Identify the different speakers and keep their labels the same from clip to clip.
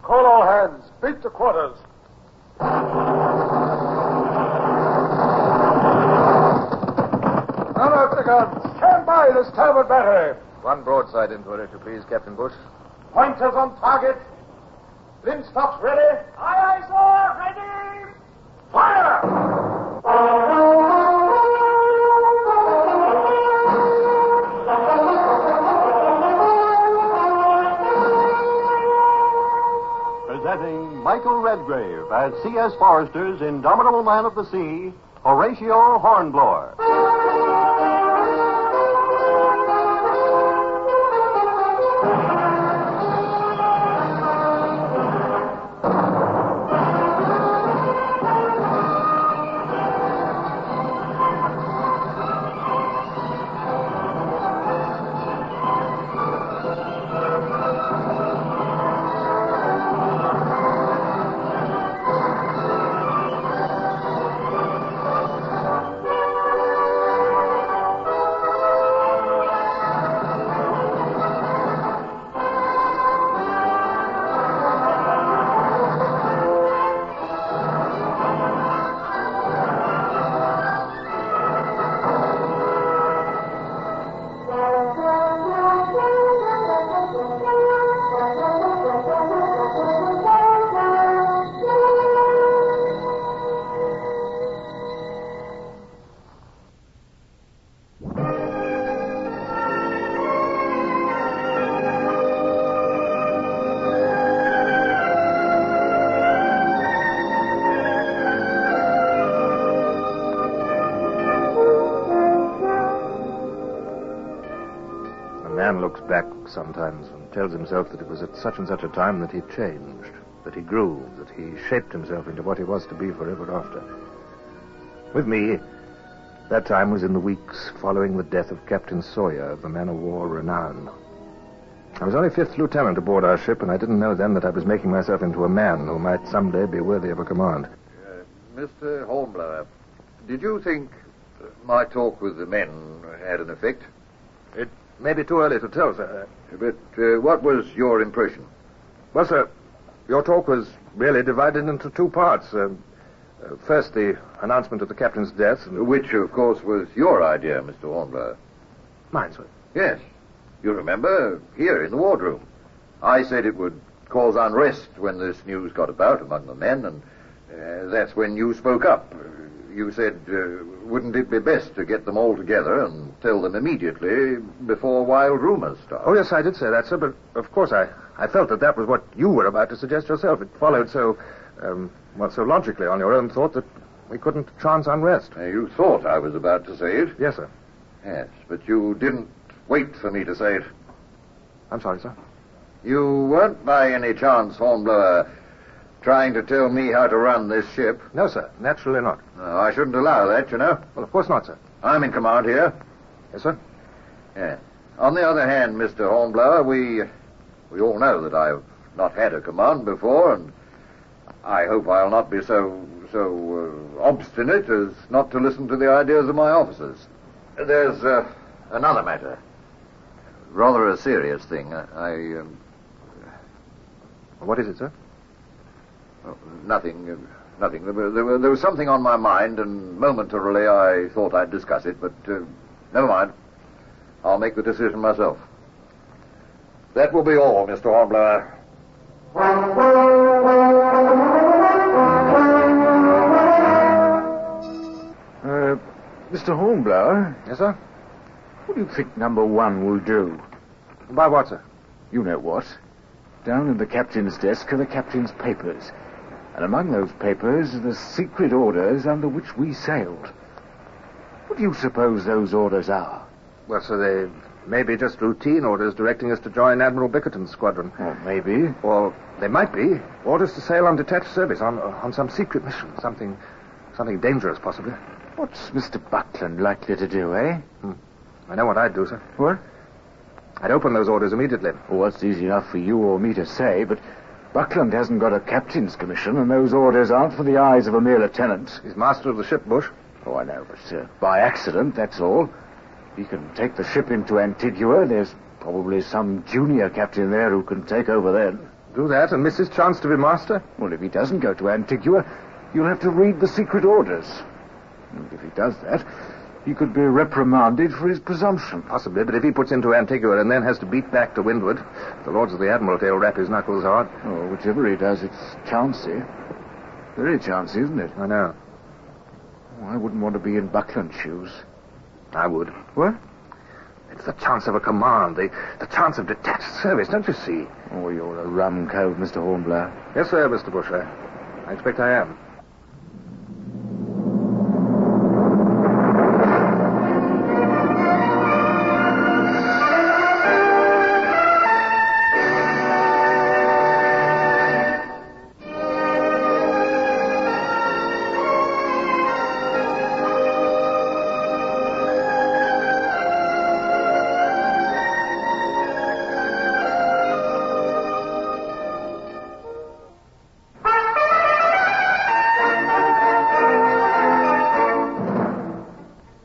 Speaker 1: Call all hands. Beat to quarters. Man out the guns. Stand by this starboard battery.
Speaker 2: One broadside into her, if you please, Captain Bush.
Speaker 1: Pointers on target. Linstock's ready.
Speaker 3: Aye, aye, sir. Ready.
Speaker 1: Fire!
Speaker 4: Presenting Michael Redgrave as C.S. Forrester's Indomitable Man of the Sea, Horatio Hornblower.
Speaker 2: A man looks back sometimes and tells himself that it was at such and such a time that he changed, that he grew, that he shaped himself into what he was to be forever after. With me, that time was in the weeks following the death of Captain Sawyer of the man of war Renown. I was only fifth lieutenant aboard our ship, and I didn't know then that I was making myself into a man who might someday be worthy of a command.
Speaker 5: Mr. Uh, Hornblower, did you think uh, my talk with the men had an effect? It
Speaker 2: may be too early to tell, sir.
Speaker 5: But uh, what was your impression?
Speaker 2: Well, sir, your talk was really divided into two parts. Um, uh, first, the announcement of the captain's death. And...
Speaker 5: Which, of course, was your idea, Mr. Hornblower.
Speaker 2: Mine, sir.
Speaker 5: Yes. You remember, here in the wardroom. I said it would cause unrest when this news got about among the men, and uh, that's when you spoke up. You said, uh, wouldn't it be best to get them all together and tell them immediately before wild rumors start?
Speaker 2: Oh, yes, I did say that, sir, but of course I, I felt that that was what you were about to suggest yourself. It followed so, um, well, so logically on your own thought that we couldn't chance unrest.
Speaker 5: Uh, you thought I was about to say it?
Speaker 2: Yes, sir.
Speaker 5: Yes, but you didn't wait for me to say it.
Speaker 2: I'm sorry, sir.
Speaker 5: You weren't by any chance, Hornblower, trying to tell me how to run this ship.
Speaker 2: No, sir, naturally not.
Speaker 5: No, I shouldn't allow that, you know.
Speaker 2: Well, of course not, sir.
Speaker 5: I'm in command here.
Speaker 2: Yes, sir?
Speaker 5: Yeah. On the other hand, Mr. Hornblower, we
Speaker 2: We all know that I've not had a command before, and I hope I'll not be so so uh, obstinate as not to listen to the ideas of my officers. There's uh, another matter, rather a serious thing. I, I um,
Speaker 5: What is it, sir?
Speaker 2: oh, nothing, uh, nothing. There, were- there, were- there was something on my mind, and momentarily I thought I'd discuss it, but uh, never mind. I'll make the decision myself. That will be all, Mr. Hornblower.
Speaker 5: Uh, Mr. Hornblower?
Speaker 2: Yes, sir?
Speaker 5: What do you think number one will do?
Speaker 2: By what, sir?
Speaker 5: You know what? Down in the captain's desk are the captain's papers. And among those papers are the secret orders under which we sailed. What do you suppose those orders are?
Speaker 2: Well, so they may be just routine orders directing us to join Admiral Bickerton's squadron.
Speaker 5: Or Oh, maybe.
Speaker 2: Or they might be orders to sail on detached service on on some secret mission, something something dangerous, possibly.
Speaker 5: What's Mr. Buckland likely to do, eh?
Speaker 2: I know what I'd do, sir.
Speaker 5: What?
Speaker 2: I'd open those orders immediately.
Speaker 5: Well, that's easy enough for you or me to say, but Buckland hasn't got a captain's commission, and those orders aren't for the eyes of a mere lieutenant.
Speaker 2: He's master of the ship, Bush.
Speaker 5: Oh, I know, but uh, by accident, that's all. He can take the ship into Antigua. There's probably some junior captain there who can take over then.
Speaker 2: Do that and miss his chance to be master?
Speaker 5: Well, if he doesn't go to Antigua, you'll have to read the secret orders. And if he does that, he could be reprimanded for his presumption.
Speaker 2: Possibly, but if he puts into Antigua and then has to beat back to windward, the Lords of the Admiralty will rap his knuckles hard.
Speaker 5: Or Oh, whichever he does, it's chancy. Very chancy, isn't it?
Speaker 2: I know.
Speaker 5: Oh, I wouldn't want to be in Buckland's shoes.
Speaker 2: I would.
Speaker 5: What?
Speaker 2: It's the chance of a command, the, the chance of detached service, don't you see?
Speaker 5: Oh, you're a rum cove, Mr. Hornblower.
Speaker 2: Yes, sir, Mr. Bush. I, I expect I am.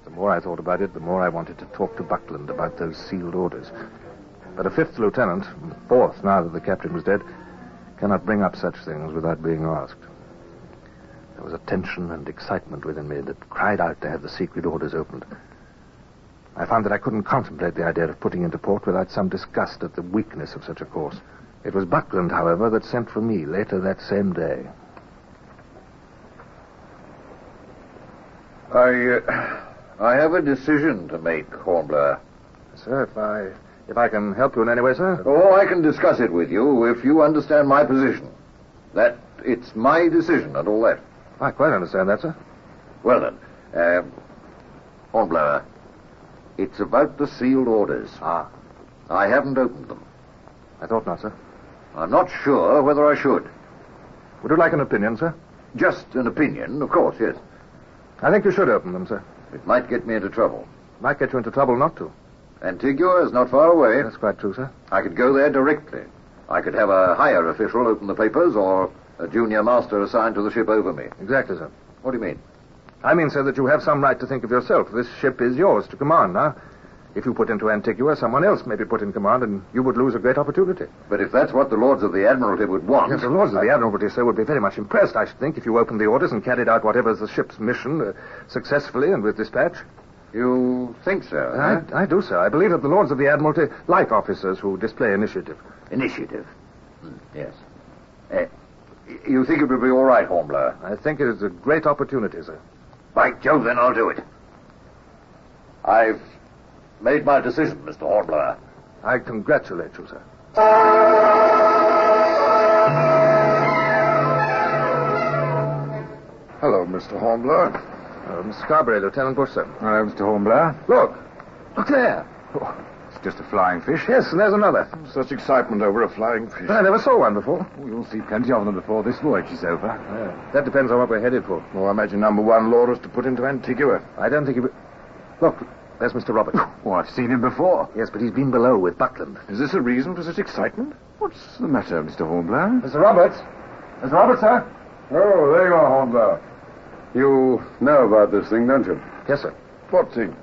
Speaker 2: The more I thought about it, the more I wanted to talk to Buckland about those sealed orders. But a fifth lieutenant, fourth now that the captain was dead, cannot bring up such things without being asked. There was a tension and excitement within me that cried out to have the secret orders opened. I found that I couldn't contemplate the idea of putting into port without some disgust at the weakness of such a course. It was Buckland, however, that sent for me later that same day. I, uh, I have a decision to make, Hornblower.
Speaker 5: Sir, if I if I can help you in any way, sir.
Speaker 2: Oh, I can discuss it with you if you understand my position. That it's my decision and all that.
Speaker 5: I quite understand that, sir.
Speaker 2: Well then, um, Hornblower, it's about the sealed orders. Ah, I haven't opened them.
Speaker 5: I thought not, sir.
Speaker 2: I'm not sure whether I should.
Speaker 5: Would you like an opinion, sir?
Speaker 2: Just an opinion, of course. Yes,
Speaker 5: I think you should open them, sir.
Speaker 2: it might get me into trouble.
Speaker 5: Might get you into trouble not to.
Speaker 2: Antigua is not far away.
Speaker 5: That's quite true, sir.
Speaker 2: I could go there directly. I could have a higher official open the papers or a junior master assigned to the ship over me.
Speaker 5: Exactly, sir.
Speaker 2: What do you mean?
Speaker 5: I mean, sir, that you have some right to think of yourself. This ship is yours to command now. If you put into Antigua, someone else may be put in command, and you would lose a great opportunity.
Speaker 2: But if that's what the Lords of the Admiralty would want.
Speaker 5: Yes, the lords of the Admiralty, sir, would be very much impressed, I should think, if you opened the orders and carried out whatever is the ship's mission uh, successfully and with dispatch.
Speaker 2: You think so? huh?
Speaker 5: I, I do, sir. I believe that the Lords of the Admiralty like officers who display initiative.
Speaker 2: Initiative. Hmm, yes. Eh, y- you think it would be all right, Hornblower?
Speaker 5: I think it is a great opportunity, sir.
Speaker 2: By Jove, then I'll do it. I've made my decision, Mr. Hornblower.
Speaker 5: I congratulate you, sir.
Speaker 2: Hello, Mr. Hornblower.
Speaker 5: Uh, Miss Scarborough, Lieutenant Bush, sir.
Speaker 2: Hello, Mr. Hornblower.
Speaker 5: Look. Look there.
Speaker 2: It's just a flying fish.
Speaker 5: Yes, and there's another.
Speaker 2: Such excitement over a flying fish.
Speaker 5: I never saw one before.
Speaker 2: You'll see plenty of them before this voyage is over.
Speaker 5: That depends
Speaker 6: Oh,
Speaker 5: on what we're headed for.
Speaker 2: Well, I imagine number one law is to put into Antigua.
Speaker 5: I don't think you... Look, There's Mr. Robert.
Speaker 6: Oh, I've seen him before.
Speaker 5: Yes, but he's been below with Buckland.
Speaker 6: Is this a reason for such excitement? What's the matter, Mr. Hornblower?
Speaker 7: Mr. Roberts. Mr. Roberts, sir.
Speaker 8: Oh, there you are, Hornblower. You know about this thing, don't you?
Speaker 5: Yes, sir.
Speaker 8: What thing?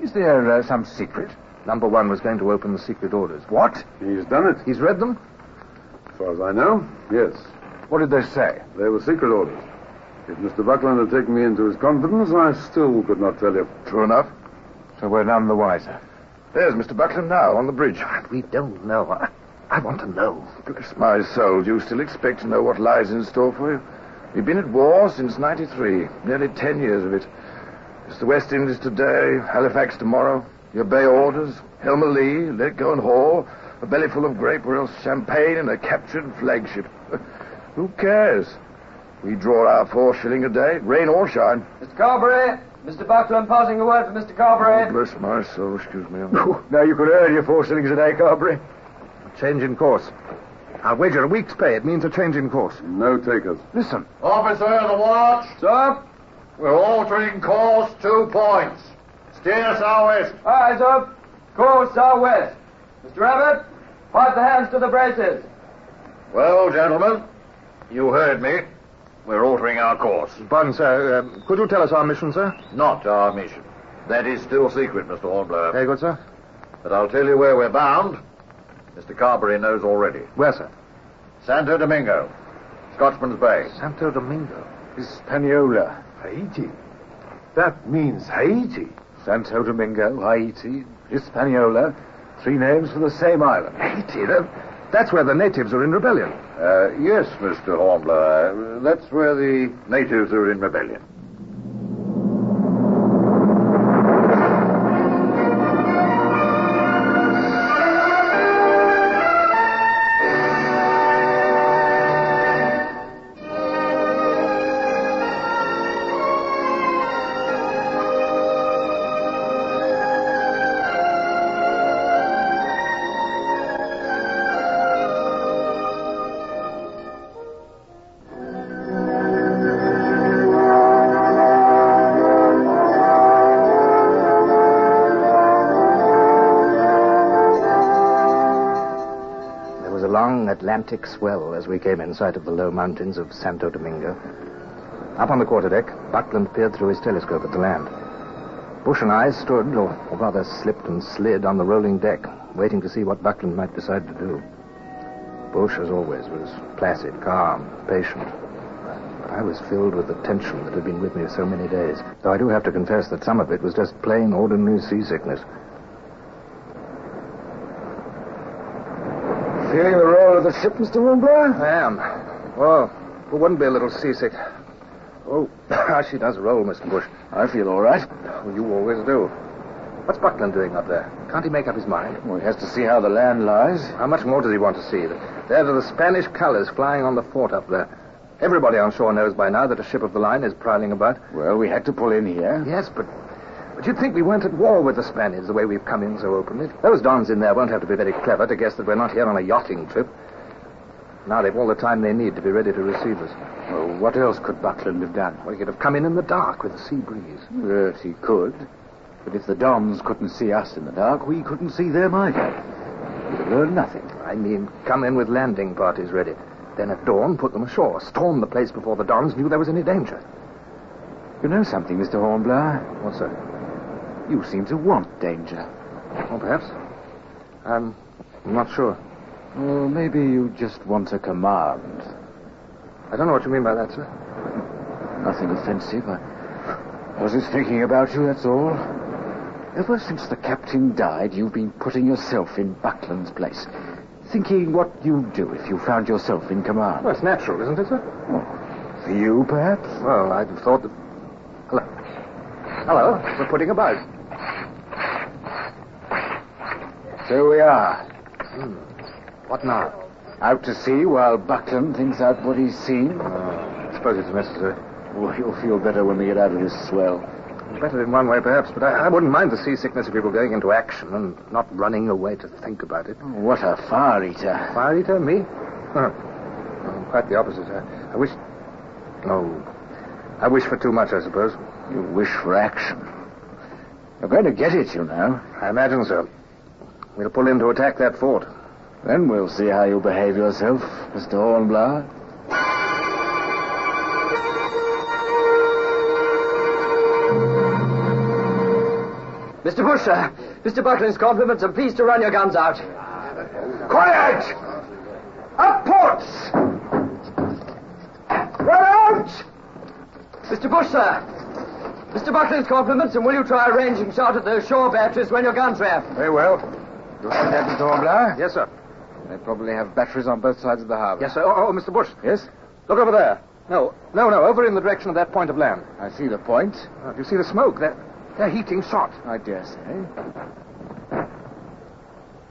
Speaker 6: Is there uh, some secret?
Speaker 5: Number one was going to open the secret orders.
Speaker 6: What?
Speaker 8: He's done it.
Speaker 5: He's read them?
Speaker 8: As far as I know, yes.
Speaker 6: What did they say?
Speaker 8: They were secret orders. If Mr. Buckland had taken me into his confidence, I still could not tell you.
Speaker 6: True enough. So we're none the wiser. There's Mr. Buckland now on the bridge.
Speaker 5: Ah, We don't know. I, I want to know.
Speaker 6: Bless my soul, do you still expect to know what lies in store for you? We've been at war since 93, nearly 10 years of it. It's the West Indies today, Halifax tomorrow. You obey orders, Helmer Lee, let go and haul, a bellyful of grape or else champagne and a captured flagship. Who cares? We draw our four shilling a day, rain or shine.
Speaker 7: Mr. Carberry, Mr. Buckland passing a word for Mr. Carberry.
Speaker 6: Oh, bless my soul, excuse me.
Speaker 7: now you could earn your four shillings a day, Carberry.
Speaker 5: A change in course. I'll wager a week's pay. It means a change in course.
Speaker 8: No takers.
Speaker 6: Listen.
Speaker 2: Officer of the watch.
Speaker 7: Sir?
Speaker 2: We're altering course two points. Steer southwest.
Speaker 7: Eyes up. Course southwest. Mr. Abbott, pipe the hands to the braces.
Speaker 2: Well, gentlemen, you heard me. We're altering our course.
Speaker 5: Pardon, sir. Um, could you tell us our mission, sir?
Speaker 2: Not our mission. That is still secret, Mr. Hornblower.
Speaker 5: Very good, sir.
Speaker 2: But I'll tell you where we're bound. Mr. Carberry knows already.
Speaker 5: Where, sir?
Speaker 2: Santo Domingo, Scotchman's Bay.
Speaker 5: Santo Domingo?
Speaker 6: Hispaniola, Haiti. That means Haiti. Santo Domingo, Haiti, Hispaniola. Three names for the same island.
Speaker 5: Haiti? That, that's where the natives are in rebellion.
Speaker 2: Uh, yes, Mr. Hornblower. That's where the natives are in rebellion.
Speaker 5: Atlantic swell as we came in sight of the low mountains of Santo Domingo. Up on the quarterdeck, Buckland peered through his telescope at the land. Bush and I stood, or, or rather slipped and slid, on the rolling deck, waiting to see what Buckland might decide to do. Bush, as always, was placid, calm, patient. But I was filled with the tension that had been with me so many days, though I do have to confess that some of it was just plain, ordinary seasickness.
Speaker 6: Feeling the roll of the ship, Mr. Hornblower?
Speaker 5: I am. Well, who wouldn't be a little seasick? Oh, how she does roll, Mr. Bush.
Speaker 6: I feel all right.
Speaker 5: Oh, you always do. What's Buckland doing up there? Can't he make up his mind?
Speaker 6: Well, he has to see how the land lies.
Speaker 5: How much more does he want to see? There are the Spanish colors flying on the fort up there. Everybody on shore knows by now that a ship of the line is prowling about.
Speaker 6: Well, we had to pull in here.
Speaker 5: Yes, but but you'd think we weren't at war with the Spaniards the way we've come in so openly. Those dons in there won't have to be very clever to guess that we're not here on a yachting trip. Now they've all the time they need to be ready to receive us.
Speaker 6: Well, what else could Buckland have done?
Speaker 5: Well, he could have come in in the dark with a sea breeze.
Speaker 6: Yes, he could. But if the dons couldn't see us in the dark, we couldn't see them either. We'd have learned nothing.
Speaker 5: I mean, come in with landing parties ready. Then at dawn, put them ashore. Storm the place before the dons knew there was any danger.
Speaker 6: You know something, Mr. Hornblower?
Speaker 5: What's that?
Speaker 6: You seem to want danger.
Speaker 5: Well, perhaps. I'm not sure.
Speaker 6: Or maybe you just want a command.
Speaker 5: I don't know what you mean by that, sir.
Speaker 6: Nothing offensive. I, I was just thinking about you, that's all. Ever since the captain died, you've been putting yourself in Buckland's place, thinking what you'd do if you found yourself in command.
Speaker 5: Well, it's natural, isn't it, sir?
Speaker 6: Well, for you, perhaps?
Speaker 5: Well, I'd have thought that. Hello. Hello. We're putting about.
Speaker 6: So we are.
Speaker 5: Hmm. What now?
Speaker 6: Out to sea while Buckland thinks out what he's seen.
Speaker 5: Uh, I suppose it's necessary.
Speaker 6: Well, you'll feel better when we get out of this swell.
Speaker 5: Better in one way, perhaps, but I, I wouldn't mind the seasickness if we were going into action and not running away to think about it.
Speaker 6: Oh, What a fire eater.
Speaker 5: Fire eater? Me? Huh. Well, quite the opposite. I, I wish. No. I wish for too much, I suppose.
Speaker 6: You wish for action.
Speaker 5: We're going to get it, you know.
Speaker 6: I imagine so.
Speaker 5: We'll pull in to attack that fort.
Speaker 6: Then we'll see how you behave yourself, Mr. Hornblower.
Speaker 9: Mr. Bush, sir. Mr. Buckland's compliments and please to run your guns out.
Speaker 10: Quiet! Up ports! Run out!
Speaker 9: Mr. Bush, sir. Mr. Buckland's compliments, and will you try a range and shot at those shore batteries when your guns rev?
Speaker 6: Very well. You'll see that, Mr. Hornblower?
Speaker 5: Yes, sir.
Speaker 6: They probably have batteries on both sides of the harbor.
Speaker 5: Yes, sir. Oh, oh, Mr. Bush.
Speaker 6: Yes?
Speaker 5: Look over there. No, no, no. Over in the direction of that point of land.
Speaker 6: I see the point.
Speaker 5: Oh, do you see the smoke? They're, they're heating shot.
Speaker 6: I dare say.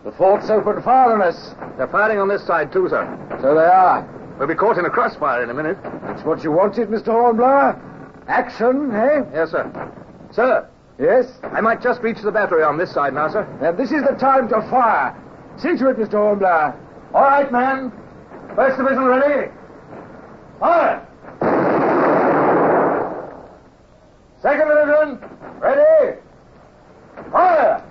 Speaker 5: The fort's opened fire on us. They're firing on this side, too, sir.
Speaker 6: So they are.
Speaker 5: We'll be caught in a crossfire in a minute.
Speaker 6: That's what you wanted, Mr. Hornblower? Action, eh?
Speaker 5: Yes, sir. Sir.
Speaker 6: Yes?
Speaker 5: I might just reach the battery on this side now, sir.
Speaker 6: Then this is the time to fire. See to it, Mr. Hornblower.
Speaker 9: All right, man. First division ready. Fire! Second division, ready. Fire!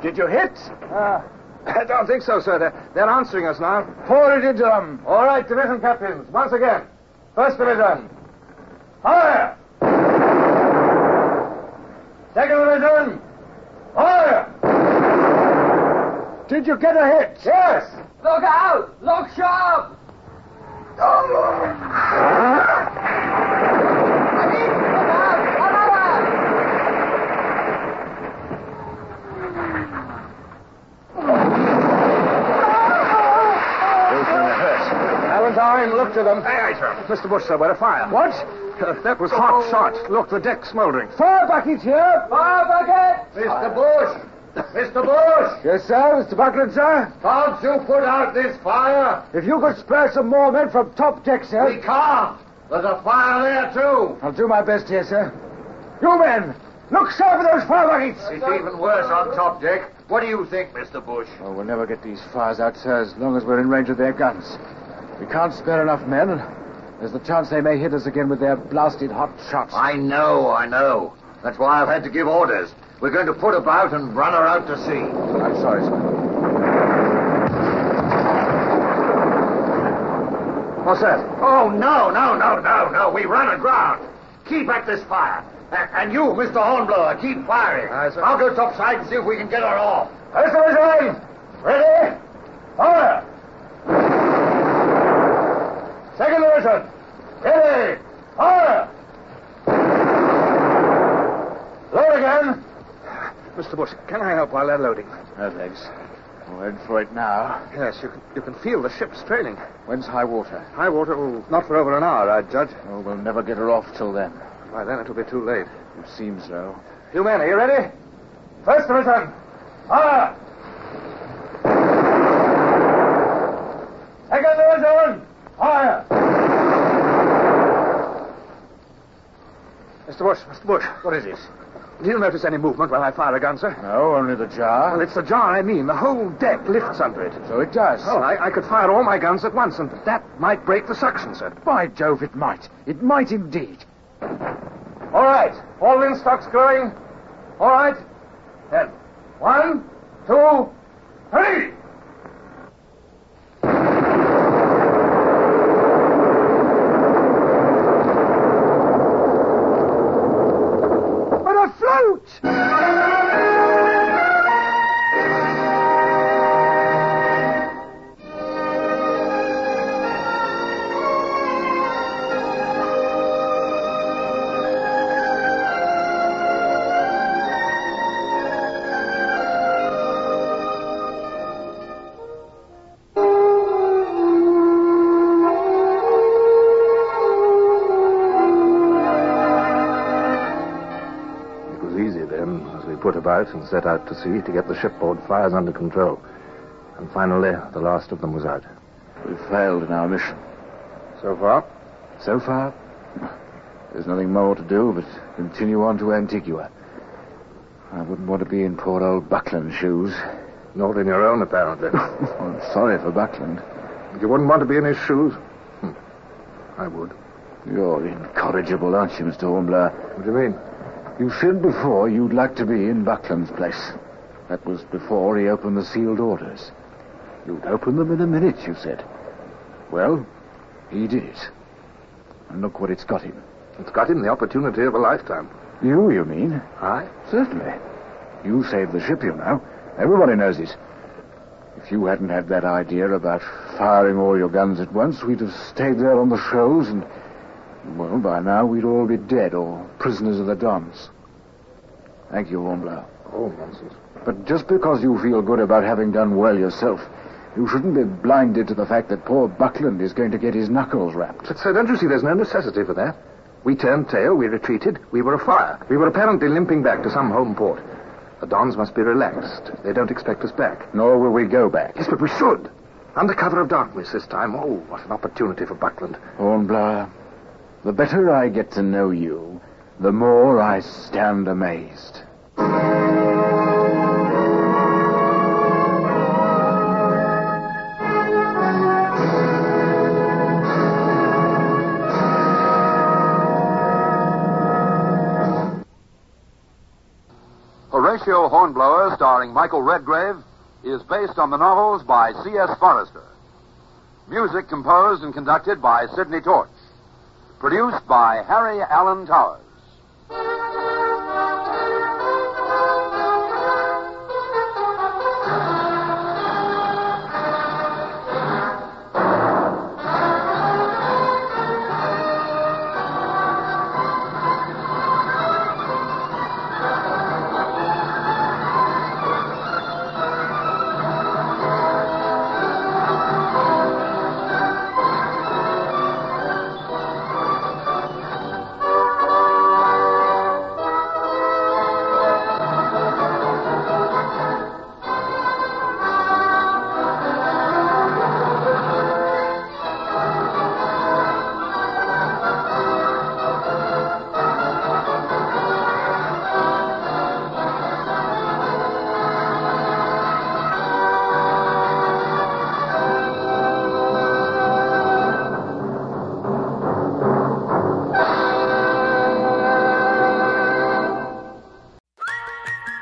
Speaker 5: Did you hit?
Speaker 9: Uh,
Speaker 5: I don't think so, sir. They're, they're answering us now.
Speaker 6: Pour it into them.
Speaker 9: All right, division captains, once again. First division. Fire! Second division. Fire!
Speaker 6: Did you get a hit?
Speaker 9: Yes! Look out! Look sharp!
Speaker 5: Time, look to them.
Speaker 6: Aye, aye, sir.
Speaker 5: Mr. Bush, sir, we're afire.
Speaker 6: What?
Speaker 5: Uh, that was hot oh. shot. Look, the deck smoldering.
Speaker 6: Fire bucket here.
Speaker 9: Fire bucket.
Speaker 2: Mr. Bush. Mr. Bush.
Speaker 6: Yes, sir, Mr. Buckland, sir.
Speaker 2: Can't you put out this fire?
Speaker 6: If you could spare some more men from top deck, sir.
Speaker 2: We can't. There's a fire there, too.
Speaker 6: I'll do my best here, sir. You men, look sharp at those fire buckets.
Speaker 2: It's even worse on top deck. What do you think, Mr. Bush?
Speaker 6: Oh, we'll never get these fires out, sir, as long as we're in range of their guns. We can't spare enough men. There's the chance they may hit us again with their blasted hot shots.
Speaker 2: I know, I know. That's why I've had to give orders. We're going to put about and run her out to sea.
Speaker 6: I'm sorry, sir. What's that?
Speaker 2: Oh, no, no, no, no, no. We run aground. Keep at this fire. A- and you, Mr. Hornblower, keep firing.
Speaker 6: Aye, sir.
Speaker 2: I'll go topside and see if we can get her off.
Speaker 10: First division! Ready? Fire! Second division. Ready. Fire. Load again.
Speaker 5: Mr. Bush, can I help while they're loading?
Speaker 6: No, thanks. We'll head for it now.
Speaker 5: Yes, you can, you can feel the ship's trailing.
Speaker 6: When's high water?
Speaker 5: High water? Oh, not for over an hour, I'd judge.
Speaker 6: Oh, we'll never get her off till then.
Speaker 5: By then it'll be too late.
Speaker 6: It seems so.
Speaker 10: You men, are you ready? First division. Fire. Second division. Fire!
Speaker 5: Mr. Bush, Mr. Bush, what is this? Do you notice any movement while I fire a gun, sir?
Speaker 6: No, only the jar.
Speaker 5: Well, it's the jar I mean. The whole deck lifts under it.
Speaker 6: So it does.
Speaker 5: Oh, I, I could fire all my guns at once, and that might break the suction, sir.
Speaker 6: By Jove, it might. It might indeed.
Speaker 10: All right. All in stocks going. All right. Then. One, two, three!
Speaker 5: and set out to sea to get the shipboard fires under control. And finally, the last of them was out.
Speaker 6: We failed in our mission.
Speaker 5: So far?
Speaker 6: So far? There's nothing more to do but continue on to Antigua. I wouldn't want to be in poor old Buckland's shoes.
Speaker 5: Not in your own, apparently.
Speaker 6: well, I'm sorry for Buckland.
Speaker 5: You wouldn't want to be in his shoes? Hmm. I would.
Speaker 6: You're incorrigible, aren't you, Mr. Hornblower?
Speaker 5: What do you mean? You said before you'd like to be in Buckland's place. That was before he opened the sealed orders. You'd open them in a minute, you said. Well, he did it. And look what it's got him.
Speaker 11: It's got him the opportunity of a lifetime.
Speaker 5: You, you mean?
Speaker 11: I?
Speaker 5: Certainly. You saved the ship, you know. Everybody knows it. If you hadn't had that idea about firing all your guns at once, we'd have stayed there on the shoals and, well, by now we'd all be dead or prisoners of the Dons. Thank you, Hornblower.
Speaker 11: Oh, nonsense.
Speaker 5: But just because you feel good about having done well yourself, you shouldn't be blinded to the fact that poor Buckland is going to get his knuckles wrapped.
Speaker 11: But, sir, don't you see there's no necessity for that? We turned tail, we retreated, we were afire. We were apparently limping back to some home port. The Dons must be relaxed. They don't expect us back.
Speaker 5: Nor will we go back.
Speaker 11: Yes, but we should. Under cover of darkness this time. Oh, what an opportunity for Buckland.
Speaker 5: Hornblower, the better I get to know you, the more I stand amazed.
Speaker 12: Horatio Hornblower, starring Michael Redgrave, is based on the novels by C.S. Forrester. Music composed and conducted by Sidney Torch. Produced by Harry Allen Towers.